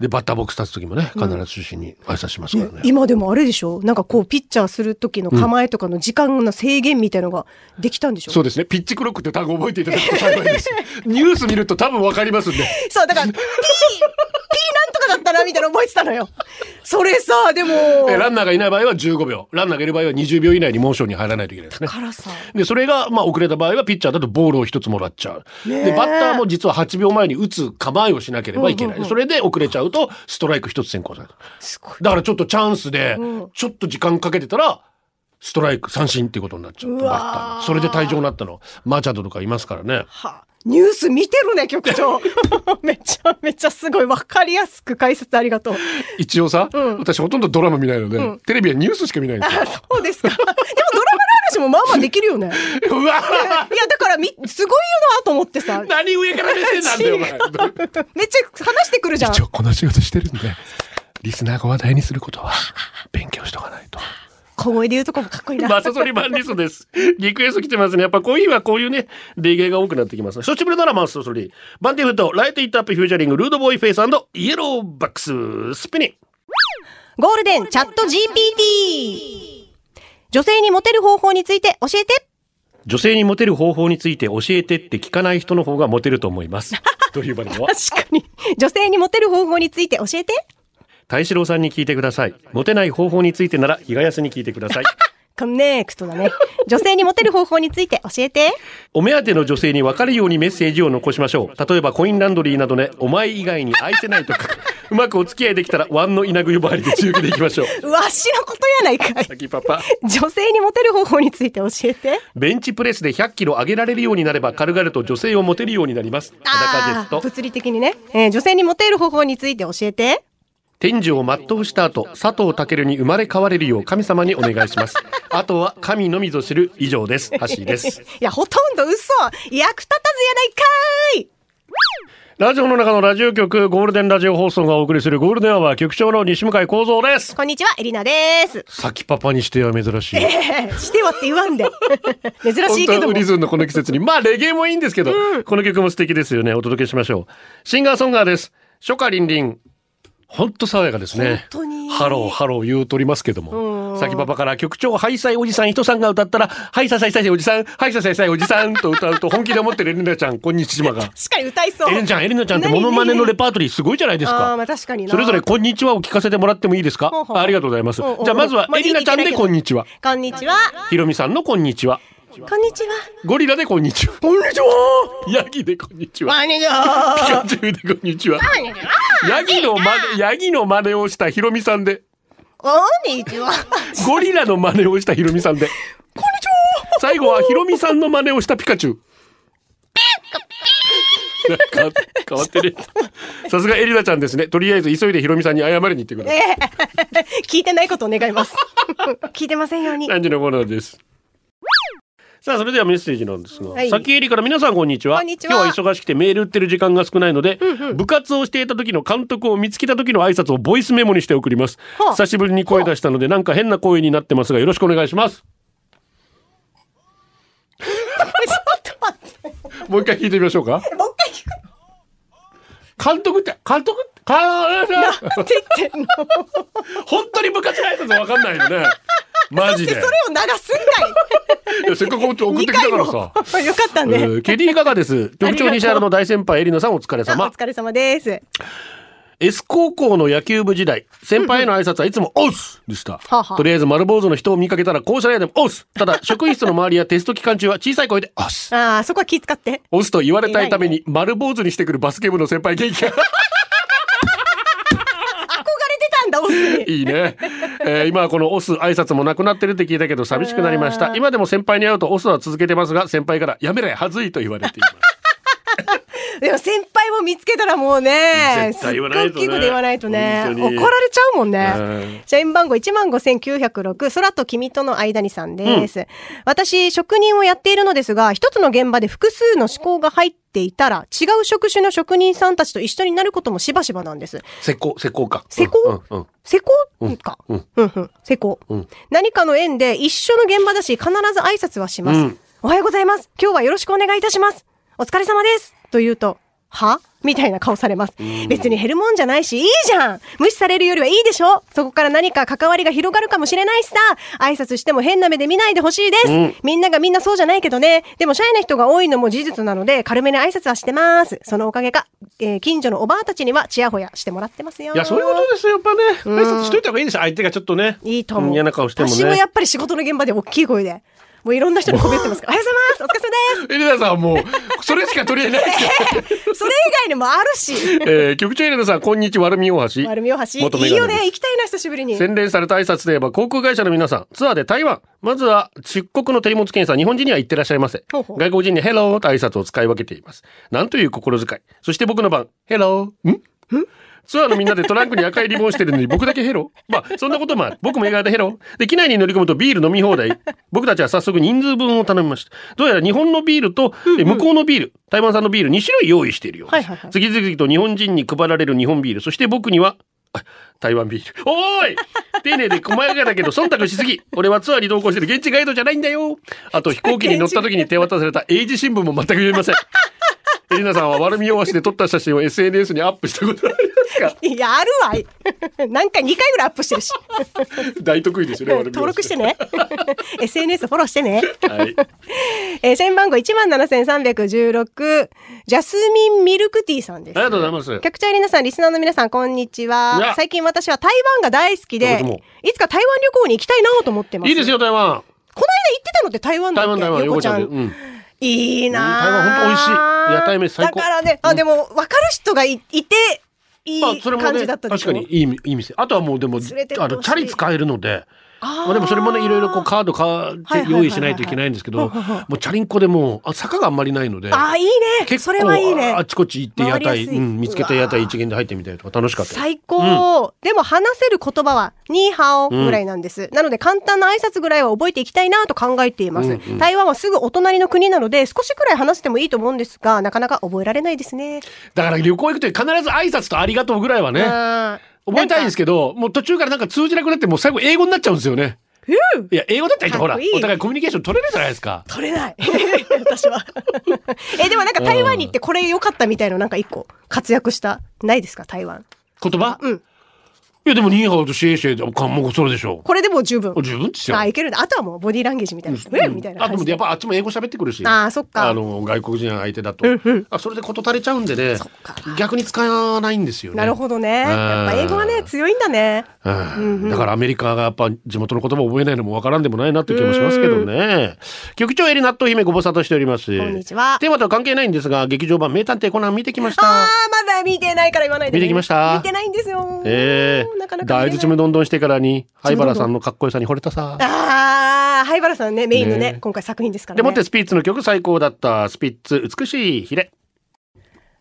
[SPEAKER 1] でバッターボックス立つ時もね必ず主審に挨拶しますからね、
[SPEAKER 2] 今でもあれでしょなんかこうピッチャーする時の構えとかの時間の制限みたいのができたんでしょ、
[SPEAKER 1] そうですねピッチクロックって単語覚えていただくと幸いです ニュース見ると多分わかりますんで
[SPEAKER 2] そう、だから、ピー、ピーなんとかだったな、みたいな覚えてたのよ。それさ、でも、
[SPEAKER 1] え
[SPEAKER 2] だ
[SPEAKER 1] ランナーがいない場合は15秒ランナーがいる場合は20秒以内にモーションに入らないといけないですね
[SPEAKER 2] からさ、
[SPEAKER 1] で、それが、まあ、遅れた場合は、ピッチャーだとボールを一つもらっちゃう。
[SPEAKER 2] ねえ
[SPEAKER 1] で、バッターも実は8秒前に打つ構えをしなければいけない。それで遅れちゃうと、ストライク一つ先行される。
[SPEAKER 2] すごい。
[SPEAKER 1] だからちょっとチャンスで
[SPEAKER 2] うん、
[SPEAKER 1] ちょっと時間かけてたら、ストライク、三振っていうことになっちゃう。
[SPEAKER 2] う
[SPEAKER 1] バ
[SPEAKER 2] わー
[SPEAKER 1] ッターがそれで退場になったの。マーチャンドとかいますからね。
[SPEAKER 2] はニュース見てるね、局長。 めちゃめちゃすごい。わかりやすく解説ありがとう。
[SPEAKER 1] 一応さ、
[SPEAKER 2] うん
[SPEAKER 1] 私ほとんどドラマ見ないので、
[SPEAKER 2] うん
[SPEAKER 1] テレビはニュースしか見ないんですよ
[SPEAKER 2] あ、。そうですか。でもドラマの話もまあまあできる よね。
[SPEAKER 1] うわ
[SPEAKER 2] いや、だからみ、すごいよなと思ってさ。
[SPEAKER 1] ー何上から目線なんだ よ、お前。
[SPEAKER 2] めっちゃ話してくるじゃん。
[SPEAKER 1] 一応この仕事してるんで、リスナーが話題にすることは、勉強しとかないと。
[SPEAKER 2] 小声で言うとこもかっこい いな。
[SPEAKER 1] マサソリマンリストです。リクエスト来てますね。やっぱコーヒーはこういうね、レゲエが多くなってきます。ショチブルドラマンストリー。バンティフット、ライトイットアップフューチャリング、ルードボーイフェイスイエローバックス、スピニン。
[SPEAKER 2] ゴールデンチャット GPT! 女性にモテる方法について教えて
[SPEAKER 1] 女性にモテる方法について教えてって聞かない人の方がモテると思います。という場合は、
[SPEAKER 2] 確かに。女性にモテる方法について教えて。
[SPEAKER 1] 大志郎さんに聞いてください。モテない方法についてなら、日が安に聞いてください。
[SPEAKER 2] コネクトだね。女性にモテる方法について教えて。
[SPEAKER 1] お目当ての女性に分かるようにメッセージを残しましょう。例えばコインランドリーなどで、お前以外に愛せないとか、うまくお付き合いできたら、ワンの稲ぐ呼ばわりで中継でいきましょう。
[SPEAKER 2] わしのことやないかい。
[SPEAKER 1] 先パパ。
[SPEAKER 2] 女性にモテる方法について教えて。
[SPEAKER 1] ベンチプレスで100キロ上げられるようになれば軽々と女性をモテるようになります。裸ジェッ
[SPEAKER 2] ー
[SPEAKER 1] ト。
[SPEAKER 2] 物理的にね、えー女性にモテる方法について教えて。
[SPEAKER 1] 天寿を全うした後、佐藤健に生まれ変われるよう神様にお願いします。あとは神のみぞ知る以上です。ハッシー です。
[SPEAKER 2] いや、ほとんど嘘役立たずやないか
[SPEAKER 1] ラジオの中のラジオ局、ゴールデンラジオ放送がお送りするゴールデンアワー局長の西向井幸三です
[SPEAKER 2] い。こんにちは、エリナです。
[SPEAKER 1] 先パパにしては珍しい。
[SPEAKER 2] えーしてはって言わんで。珍し
[SPEAKER 1] 本
[SPEAKER 2] い
[SPEAKER 1] 当
[SPEAKER 2] け
[SPEAKER 1] は
[SPEAKER 2] ど
[SPEAKER 1] ウ
[SPEAKER 2] も
[SPEAKER 1] リ。ズンのこの季節に。まあ、レゲエもいいんですけど、この曲も素敵ですよね。お届けしましょう。シンガーソンガーです。初夏りんりん。ほんと爽やかですね。
[SPEAKER 2] 本当に
[SPEAKER 1] ハロー、ハロー言うとりますけど
[SPEAKER 2] う
[SPEAKER 1] も。
[SPEAKER 2] ん
[SPEAKER 1] 先パパから曲調、ハイサイおじさん、人さんが歌ったら、ハイサイサイサイおじさん、ハイサイサイサイおじさんと歌うと本気で思ってるエリナちゃん、こんにちはが。
[SPEAKER 2] しっかり歌いそ
[SPEAKER 1] エ
[SPEAKER 2] う。
[SPEAKER 1] リナちゃん、エリナちゃんって
[SPEAKER 2] 何
[SPEAKER 1] モノマネのレパートリーすごいじゃないです
[SPEAKER 2] あーま
[SPEAKER 1] か
[SPEAKER 2] あ。確かにな
[SPEAKER 1] それぞれ、こんにちはを聞かせてもらってもいいですか
[SPEAKER 2] ほうほう
[SPEAKER 1] ありがとうございます。じ
[SPEAKER 2] うんうん
[SPEAKER 1] ゃあ、まずは
[SPEAKER 2] まあ
[SPEAKER 1] エリナちゃんでこんにちは。
[SPEAKER 2] こんにちは。
[SPEAKER 1] ひろみさんのこんにちは。
[SPEAKER 2] こんにちは。
[SPEAKER 1] ゴリラでこんにちは。こんにちは。ヤギでこんにちは。
[SPEAKER 2] こんにちは。
[SPEAKER 1] ピカチュウでこんにちは。ヤギの真似、ヤギの真似をしたヒロミさんで、
[SPEAKER 2] こんにちは。
[SPEAKER 1] ゴリラの真似をしたヒロミさんで、
[SPEAKER 2] こんにちは。
[SPEAKER 1] 最後はヒロミさんの真似をしたピカチュウ。なん か変わってる。さすがエリナちゃんですね。とりあえず急いでヒロミさんに謝りに行ってください。
[SPEAKER 2] 聞いてないことを願います。聞いてませんように。
[SPEAKER 1] 何時のコーナーです。さあ、それではメッセージなんですが、
[SPEAKER 2] はい
[SPEAKER 1] 先エリから皆さんこんにちは。
[SPEAKER 2] こんにちは
[SPEAKER 1] 今日は忙しくてメール打ってる時間が少ないので、部活をしていた時の監督を見つけた時の挨拶をボイスメモにして送ります。
[SPEAKER 2] はあ
[SPEAKER 1] 久しぶりに声出したので、なんか変な声になってますが、よろしくお願いします。
[SPEAKER 2] ちょっと待って。
[SPEAKER 1] もう一回聞いてみましょうか。
[SPEAKER 2] もう一
[SPEAKER 1] 監督って、監督って、 監督
[SPEAKER 2] 回聞くって言ってんの。
[SPEAKER 1] 本当に部活の挨拶わかんないよね。 マジ
[SPEAKER 2] で、
[SPEAKER 1] で。
[SPEAKER 2] それを流すんかい。
[SPEAKER 1] いやせっかく送ってき
[SPEAKER 2] 二
[SPEAKER 1] た
[SPEAKER 2] 回
[SPEAKER 1] から
[SPEAKER 2] も。
[SPEAKER 1] さ。
[SPEAKER 2] よかった
[SPEAKER 1] え
[SPEAKER 2] ね。
[SPEAKER 1] ーケリーガガです。局長西原の大先輩エリナさんお疲れ
[SPEAKER 2] あお
[SPEAKER 1] 様。
[SPEAKER 2] 疲れ様です。
[SPEAKER 1] S 高校の野球部時代、先輩への挨拶はいつも、オスでした。
[SPEAKER 2] はあはあ
[SPEAKER 1] とりあえず丸坊主の人を見かけたら、校舎内でも、オスただ、職員室の周りやテスト期間中は小さい声で、オス
[SPEAKER 2] ああ、そこは気使って。
[SPEAKER 1] オスと言われたいために、丸坊主にしてくるバスケ部の先輩元気が。
[SPEAKER 2] 憧れてたんだ、オスに。
[SPEAKER 1] いいね。えー今はこのオス挨拶もなくなってるって聞いたけど寂しくなりまし
[SPEAKER 2] う
[SPEAKER 1] た。
[SPEAKER 2] ん
[SPEAKER 1] 今でも先輩に会うとオスは続けてますが、先輩からやめれ、はずいと言われてい ます。
[SPEAKER 2] でも先輩も見つけたらもうね、
[SPEAKER 1] 絶対言わないとね
[SPEAKER 2] すっごい大きい声で言わないとね、
[SPEAKER 1] 本
[SPEAKER 2] 怒
[SPEAKER 1] 当
[SPEAKER 2] ら
[SPEAKER 1] に
[SPEAKER 2] れちゃうもんね。
[SPEAKER 1] うん
[SPEAKER 2] 社員番号15,906、空と君との間にさんです。私、職人をやっているのですが、一つの現場で複数の思考が入っていたら、違う職種の職人さんたちと一緒になることもしばしばなんです。
[SPEAKER 1] 施工、施工か。
[SPEAKER 2] 施工
[SPEAKER 1] うんうん
[SPEAKER 2] 施工か。
[SPEAKER 1] う
[SPEAKER 2] うんん、うん、施工。
[SPEAKER 1] うん
[SPEAKER 2] 何かの縁で一緒の現場だし、必ず挨拶はします、
[SPEAKER 1] うん
[SPEAKER 2] おはようございます。今日はよろしくお願いいたします。お疲れ様です。と言うと、はみたいな顔されます。別に減るもんじゃないし、いいじゃん無視されるよりはいいでしょそこから何か関わりが広がるかもしれないしさ挨拶しても変な目で見ないでほしいです、
[SPEAKER 1] うん
[SPEAKER 2] みんながみんなそうじゃないけどね。でも、シャイな人が多いのも事実なので、軽めな挨拶はしてます。そのおかげか、えー近所のおばあたちにはチヤホヤしてもらってますよ。
[SPEAKER 1] いや、そういうことですよ。やっぱね。挨拶しといた方がいいですよ。相手がちょっとね。
[SPEAKER 2] いいと思う。
[SPEAKER 1] 嫌な顔してもね。
[SPEAKER 2] 私もやっぱり仕事の現場で大きい声で、もういろんな人にこびっ てますから、おはようございますお疲れ様
[SPEAKER 1] エリナさんはもう、それしか取り柄ないです
[SPEAKER 2] ですそれ以外にもあるし、
[SPEAKER 1] け ど。えー局長エリナさん、こんにちは。悪み大橋。
[SPEAKER 2] 丸見大橋、
[SPEAKER 1] 元
[SPEAKER 2] い
[SPEAKER 1] メ
[SPEAKER 2] い
[SPEAKER 1] ガ
[SPEAKER 2] よ
[SPEAKER 1] ネです
[SPEAKER 2] ね、行きたいな、久しぶりに。
[SPEAKER 1] 洗練された挨拶といえば航空会社の皆さんツアーで台湾まずは出国の手荷物検査日本人には行ってらっしゃいませ
[SPEAKER 2] ほうほう
[SPEAKER 1] 外国人に「ヘロー」と挨拶を使い分けていますなんという心遣いそして僕の番「ヘロー」んツアーのみんなでトランクに赤いリボンしてるのに僕だけヘローまあそんなこともある僕も映画でヘローで機内に乗り込むとビール飲み放題僕たちは早速人数分を頼みましたどうやら日本のビールとえ向こうのビール台湾産のビール2種類用意しているようです、
[SPEAKER 2] はいはいはい
[SPEAKER 1] 次々と日本人に配られる日本ビールそして僕にはあ台湾ビールおーい丁寧で細やかだけど忖度しすぎ俺はツアーに同行してる現地ガイドじゃないんだよあと飛行機に乗った時に手渡された英字新聞も全く言えませんエリナさんは悪み弱しで撮った写真を SNS にアップしたことありますか
[SPEAKER 2] いや、あるわい。 なんか2回ぐらいアップしてるし。
[SPEAKER 1] 大得意ですよね、悪み弱
[SPEAKER 2] 登録してね。SNS フォローしてね。
[SPEAKER 1] はい。
[SPEAKER 2] えー、社員番号17,316、ジャスミンミルクティーさんです。
[SPEAKER 1] ありがとうございます。
[SPEAKER 2] 局長エリナさん、リスナーの皆さん、こんにち
[SPEAKER 1] いや
[SPEAKER 2] は。最近私は台湾が大好き
[SPEAKER 1] どこ
[SPEAKER 2] で
[SPEAKER 1] でも、
[SPEAKER 2] いつか台湾旅行に行きたいなと思ってます。
[SPEAKER 1] いいですよ、台湾。
[SPEAKER 2] この間行ってたのって台湾だ
[SPEAKER 1] 台
[SPEAKER 2] っけ
[SPEAKER 1] 湾、台湾、横
[SPEAKER 2] 横。
[SPEAKER 1] ちゃんで。うんん。
[SPEAKER 2] いいな
[SPEAKER 1] 台湾ほんと美味しい屋台飯最高
[SPEAKER 2] だからね、あ、でも、分かる人がいいて、い
[SPEAKER 1] まあ
[SPEAKER 2] い、
[SPEAKER 1] それも
[SPEAKER 2] 感
[SPEAKER 1] ね、
[SPEAKER 2] じだったで
[SPEAKER 1] 確
[SPEAKER 2] しょ
[SPEAKER 1] かにいい、いい店。あとはもう、でも、
[SPEAKER 2] 連れてってほしい
[SPEAKER 1] あの、チャリ使えるので、
[SPEAKER 2] あ
[SPEAKER 1] まあでもそれもね、いろいろこう、カードか
[SPEAKER 2] はいはいはいはい
[SPEAKER 1] 用意しないといけないんですけど、もうチャリンコでもう、あ坂があんまりないので、
[SPEAKER 2] あー、いいね。
[SPEAKER 1] 結
[SPEAKER 2] それはいいね
[SPEAKER 1] 構、あ。ちこち行って屋
[SPEAKER 2] 回りやす
[SPEAKER 1] 台、
[SPEAKER 2] い
[SPEAKER 1] うん、見つけた屋台一元で入ってみたりとか楽しかったよ。
[SPEAKER 2] 最高、でも話せる言葉は、ニーハオぐらいなんです。なので簡単な挨拶ぐらいは覚えていきたいなと考えています、台湾はすぐお隣の国なので、少しくらい話してもいいと思うんですが、なかなか覚えられないですね。
[SPEAKER 1] だから旅行行くと必ず挨拶とありがとうぐらいはね、
[SPEAKER 2] 覚
[SPEAKER 1] 覚えたいんですけど、もう途中からなんか通じなくなって、もう最後英語になっちゃうんですよね。いや、英語だったらいいとほ、
[SPEAKER 2] からっこいい
[SPEAKER 1] お互いコミュニケーション取れるじゃないですか。
[SPEAKER 2] 取れない。 私は。 え、でもなんか台湾に行ってこれ良かったみたいのなんか一個活躍した、ないですか台湾。
[SPEAKER 1] 言葉
[SPEAKER 2] うん。
[SPEAKER 1] いや、でも、ニーハオとシェイシェイで、かもうそれでしょ
[SPEAKER 2] これでもう十分
[SPEAKER 1] う。。十分ですよ。
[SPEAKER 2] あ、いけるんだ。あとはもうボディーランゲージみたいな。うん、みたいな
[SPEAKER 1] あ、で
[SPEAKER 2] 感
[SPEAKER 1] も
[SPEAKER 2] じ
[SPEAKER 1] や
[SPEAKER 2] で
[SPEAKER 1] っ。ぱあっちも英語喋ってくるし。
[SPEAKER 2] あーそっか
[SPEAKER 1] あの、外国人相手だと。あ、それで事足りちゃうんでね
[SPEAKER 2] か。
[SPEAKER 1] 逆に使わないんですよね。
[SPEAKER 2] なるほどね。
[SPEAKER 1] ん
[SPEAKER 2] やっぱ英語はね、強いんだね。
[SPEAKER 1] うんだからアメリカがやっぱ地元の言葉を覚えないのもわからんでもないなっていう気もしますけどね。局長エリナット姫ご無沙汰しております。
[SPEAKER 2] こんにちは
[SPEAKER 1] テーマとは関係ないんですが、劇場版名探偵コナン見てきまし
[SPEAKER 2] あ
[SPEAKER 1] た。
[SPEAKER 2] ー、まだ見てないから言わないで、ね。
[SPEAKER 1] 見てきました
[SPEAKER 2] 見てないんですよ。
[SPEAKER 1] え
[SPEAKER 2] なか
[SPEAKER 1] え
[SPEAKER 2] なか
[SPEAKER 1] 大豆
[SPEAKER 2] 見れない
[SPEAKER 1] ちむどんどんしてからに、灰原さんのかっこよさに惚れたさ。
[SPEAKER 2] あー、灰原さんね、メインのね、
[SPEAKER 1] ね
[SPEAKER 2] 今回作品ですからね。
[SPEAKER 1] でもってスピッツの曲最高だった。スピッツ、美しいヒレ。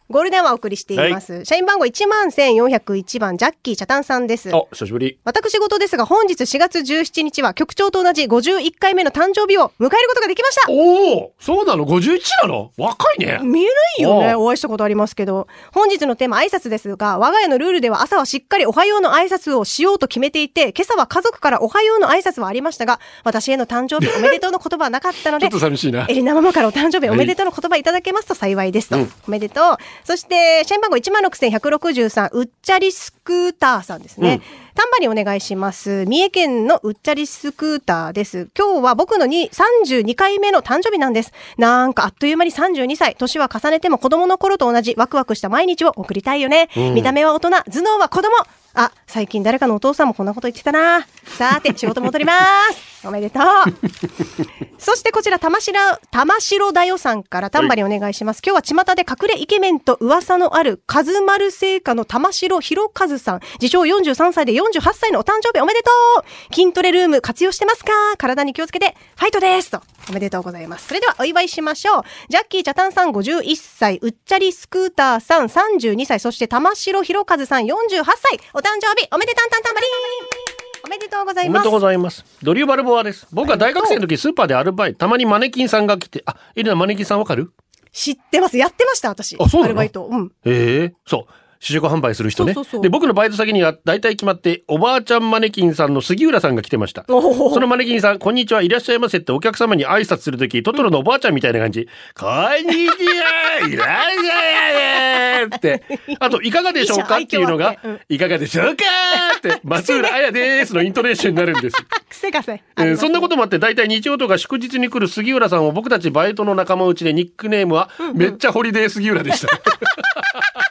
[SPEAKER 2] ゴールデンはお送りしています。社員番号11,401番、ジャッキー・チャタンさんです。
[SPEAKER 1] お、久しぶり。
[SPEAKER 2] 私事ですが本日4月17日は局長と同じ51回目の誕生日を迎えることができました
[SPEAKER 1] おおそうなの ?51 なの若いね。
[SPEAKER 2] 見えないよね
[SPEAKER 1] おう
[SPEAKER 2] お会いしたことありますけど本日のテーマ挨拶ですが我が家のルールでは朝はしっかりおはようの挨拶をしようと決めていて今朝は家族からおはようの挨拶はありましたが私への誕生日おめでとうの 言葉はなかったの
[SPEAKER 1] ちょ
[SPEAKER 2] で
[SPEAKER 1] っと寂しいな
[SPEAKER 2] エ。リナママからお誕生日おめでとうの言葉いただけますと幸いですと、
[SPEAKER 1] うん
[SPEAKER 2] おめでとうそして、社員番号16,163、うっちゃりスクーターさんですね。タンバリンお願いします。三重県のうっちゃりスクーターです。今日は僕のに32回目の誕生日なんです。なんかあっという間に32歳。年は重ねても子供の頃と同じワクワクした毎日を送りたいよね。見た目は大人、頭脳は子供。あ、最近誰かのお父さんもこんなこと言ってたな。さて、仕事戻ります。おめでとう。そしてこちら、玉城、玉城だよさんからタンバリンお願いします。今日は巷で隠れイケメンと噂のある、カズマル製菓の玉城博和さん。自称43歳で48歳のお誕生日おめでとう筋トレルーム活用してますか体に気をつけて、ファイトですと。おめでとうございます。それではお祝いしましょう。ジャッキー・チャタンさん51歳、うっちゃりスクーターさん32歳、そして玉城博和さん48歳、お誕生日おめでたんたんたんばりんおめでとうござい
[SPEAKER 1] おめです
[SPEAKER 2] ま
[SPEAKER 1] とう。ございます。ドリューバルボアです。僕は大学生の時スーパーでアルバイト、たまにマネキンさんが来て、あ、エリナマネキンさんわかる
[SPEAKER 2] 知ってます。やってました、私。
[SPEAKER 1] あそうなの
[SPEAKER 2] アルバイト。うん。
[SPEAKER 1] ええそう。試食販売する人ね。
[SPEAKER 2] そうそうそう
[SPEAKER 1] で、僕のバイト先には大体決まって、おばあちゃんマネキンさんの杉浦さんが来てました。
[SPEAKER 2] おほほ
[SPEAKER 1] そのマネキンさん、こんにちは、いらっしゃいませってお客様に挨拶するとき、トトロのおばあちゃんみたいな感じ。こんにちは、いらっしゃいませって。あと、いかがでしょう かっていうのが
[SPEAKER 2] いいじゃん愛嬌あって、
[SPEAKER 1] いかがでしょうか って、松浦綾ですのイントネーションになるんです。
[SPEAKER 2] 癖がね。。
[SPEAKER 1] えーそんなことともあって、大体日曜とか祝日に来る杉浦さんを僕たちバイトの仲間内でニックネームは、めっちゃホリデー杉浦でした。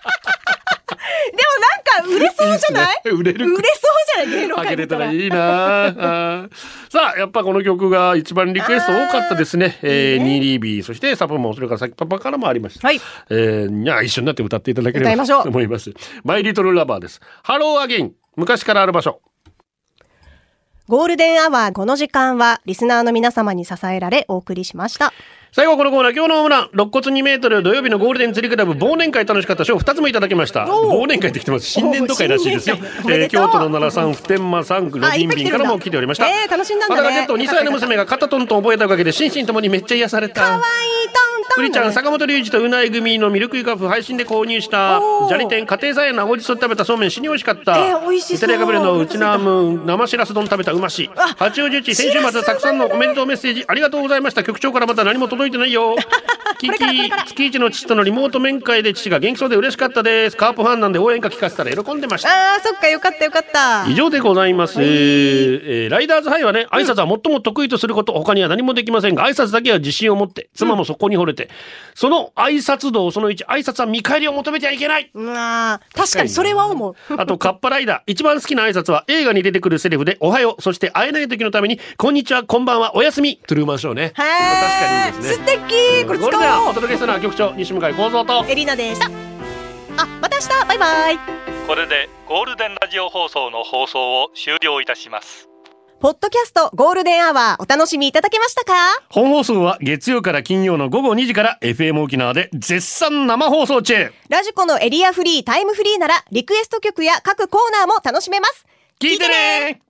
[SPEAKER 2] でもなんか売れそうじゃない
[SPEAKER 1] いいっすね売れる
[SPEAKER 2] 売れそうじゃない芸能
[SPEAKER 1] 開
[SPEAKER 2] 界
[SPEAKER 1] けれ
[SPEAKER 2] だった
[SPEAKER 1] た
[SPEAKER 2] ら。
[SPEAKER 1] らいいなああさあやっぱこの曲が一番リクエスト多かったです ねえーニーリービーそしてサポもそれからさっきパパからもありました
[SPEAKER 2] はい
[SPEAKER 1] えーにゃあ一緒になって歌っていただけれ
[SPEAKER 2] 歌い
[SPEAKER 1] ば
[SPEAKER 2] ましょう
[SPEAKER 1] と思いますマイリトルラバーですハローアゲイン昔からある場所
[SPEAKER 2] ゴールデンアワー、この時間は、リスナーの皆様に支えられ、お送りしました。
[SPEAKER 1] 最後はこのコーナー今日のオムラン肋骨2メートル土曜日のゴールデン釣りクラブ忘年会楽しかった賞2つもいただきました
[SPEAKER 2] おー
[SPEAKER 1] 忘年会できてます新年度会らしいですよ
[SPEAKER 2] おー新年、会おめ
[SPEAKER 1] え
[SPEAKER 2] で
[SPEAKER 1] ー
[SPEAKER 2] とう
[SPEAKER 1] 京都の奈良さん普天間さんロビンビンからも来ておりました
[SPEAKER 2] あいっぱい来てるんだえー楽しんだんだね
[SPEAKER 1] まガジェット2歳の娘が肩トントン覚えたおかげで心身ともにめっちゃ癒された
[SPEAKER 2] かわいい、トントン。
[SPEAKER 1] クリちゃん、坂本龍一とうない組のミルクイカフ配信で購入した
[SPEAKER 2] おー、
[SPEAKER 1] 砂利店家庭菜園の青じそで食べたそうめん死に美味しかった。
[SPEAKER 2] えー美味しそう
[SPEAKER 1] イタリアカブレのうちなむ生しらす丼食べたうまし。八王子市、先週末たくさんのおめでとうメッセージありがとうございました。局長からまた何も届いてない よ。キキ、月一の父とのリモート面会で父が元気そうで嬉しかったです。カープファンなんで応援歌聞かせたら喜んでました。
[SPEAKER 2] あー、そっか、よかった、よかった。
[SPEAKER 1] 以上でございます。えーえーライダーズハイはね、挨拶は最も得意とすること、他には何もできませんが、挨拶だけは自信を持って、妻もそこに惚れて、その挨拶道、その1、挨拶は見返りを求めてはいけない
[SPEAKER 2] うわー確かにそれは思う。
[SPEAKER 1] あと、カッパライダー。一番好きな挨拶は映画に出てくるセリフで、おはよう、そして会えない時のために、こんにちは、こんばんは、おやすみ。トゥルーマンショーね。
[SPEAKER 2] は
[SPEAKER 1] 確
[SPEAKER 2] い。
[SPEAKER 1] かにいい
[SPEAKER 2] 素
[SPEAKER 1] ですね。
[SPEAKER 2] 敵これ
[SPEAKER 1] ゴールデン
[SPEAKER 2] 使お
[SPEAKER 1] をお
[SPEAKER 2] う
[SPEAKER 1] 届けしたのは局長、西向井幸三と、
[SPEAKER 2] エリーナでした。あ、また明日バイバイ
[SPEAKER 3] これでゴールデンラジオ放送の放送を終了いたします
[SPEAKER 2] ポッドキャストゴールデンアワーお楽しみいただけましたか
[SPEAKER 1] 本放送は月曜から金曜の午後2時から FM 沖縄で絶賛生放送中。
[SPEAKER 2] ラジコのエリアフリー、タイムフリーならリクエスト曲や各コーナーも楽しめます。
[SPEAKER 1] 聞いてね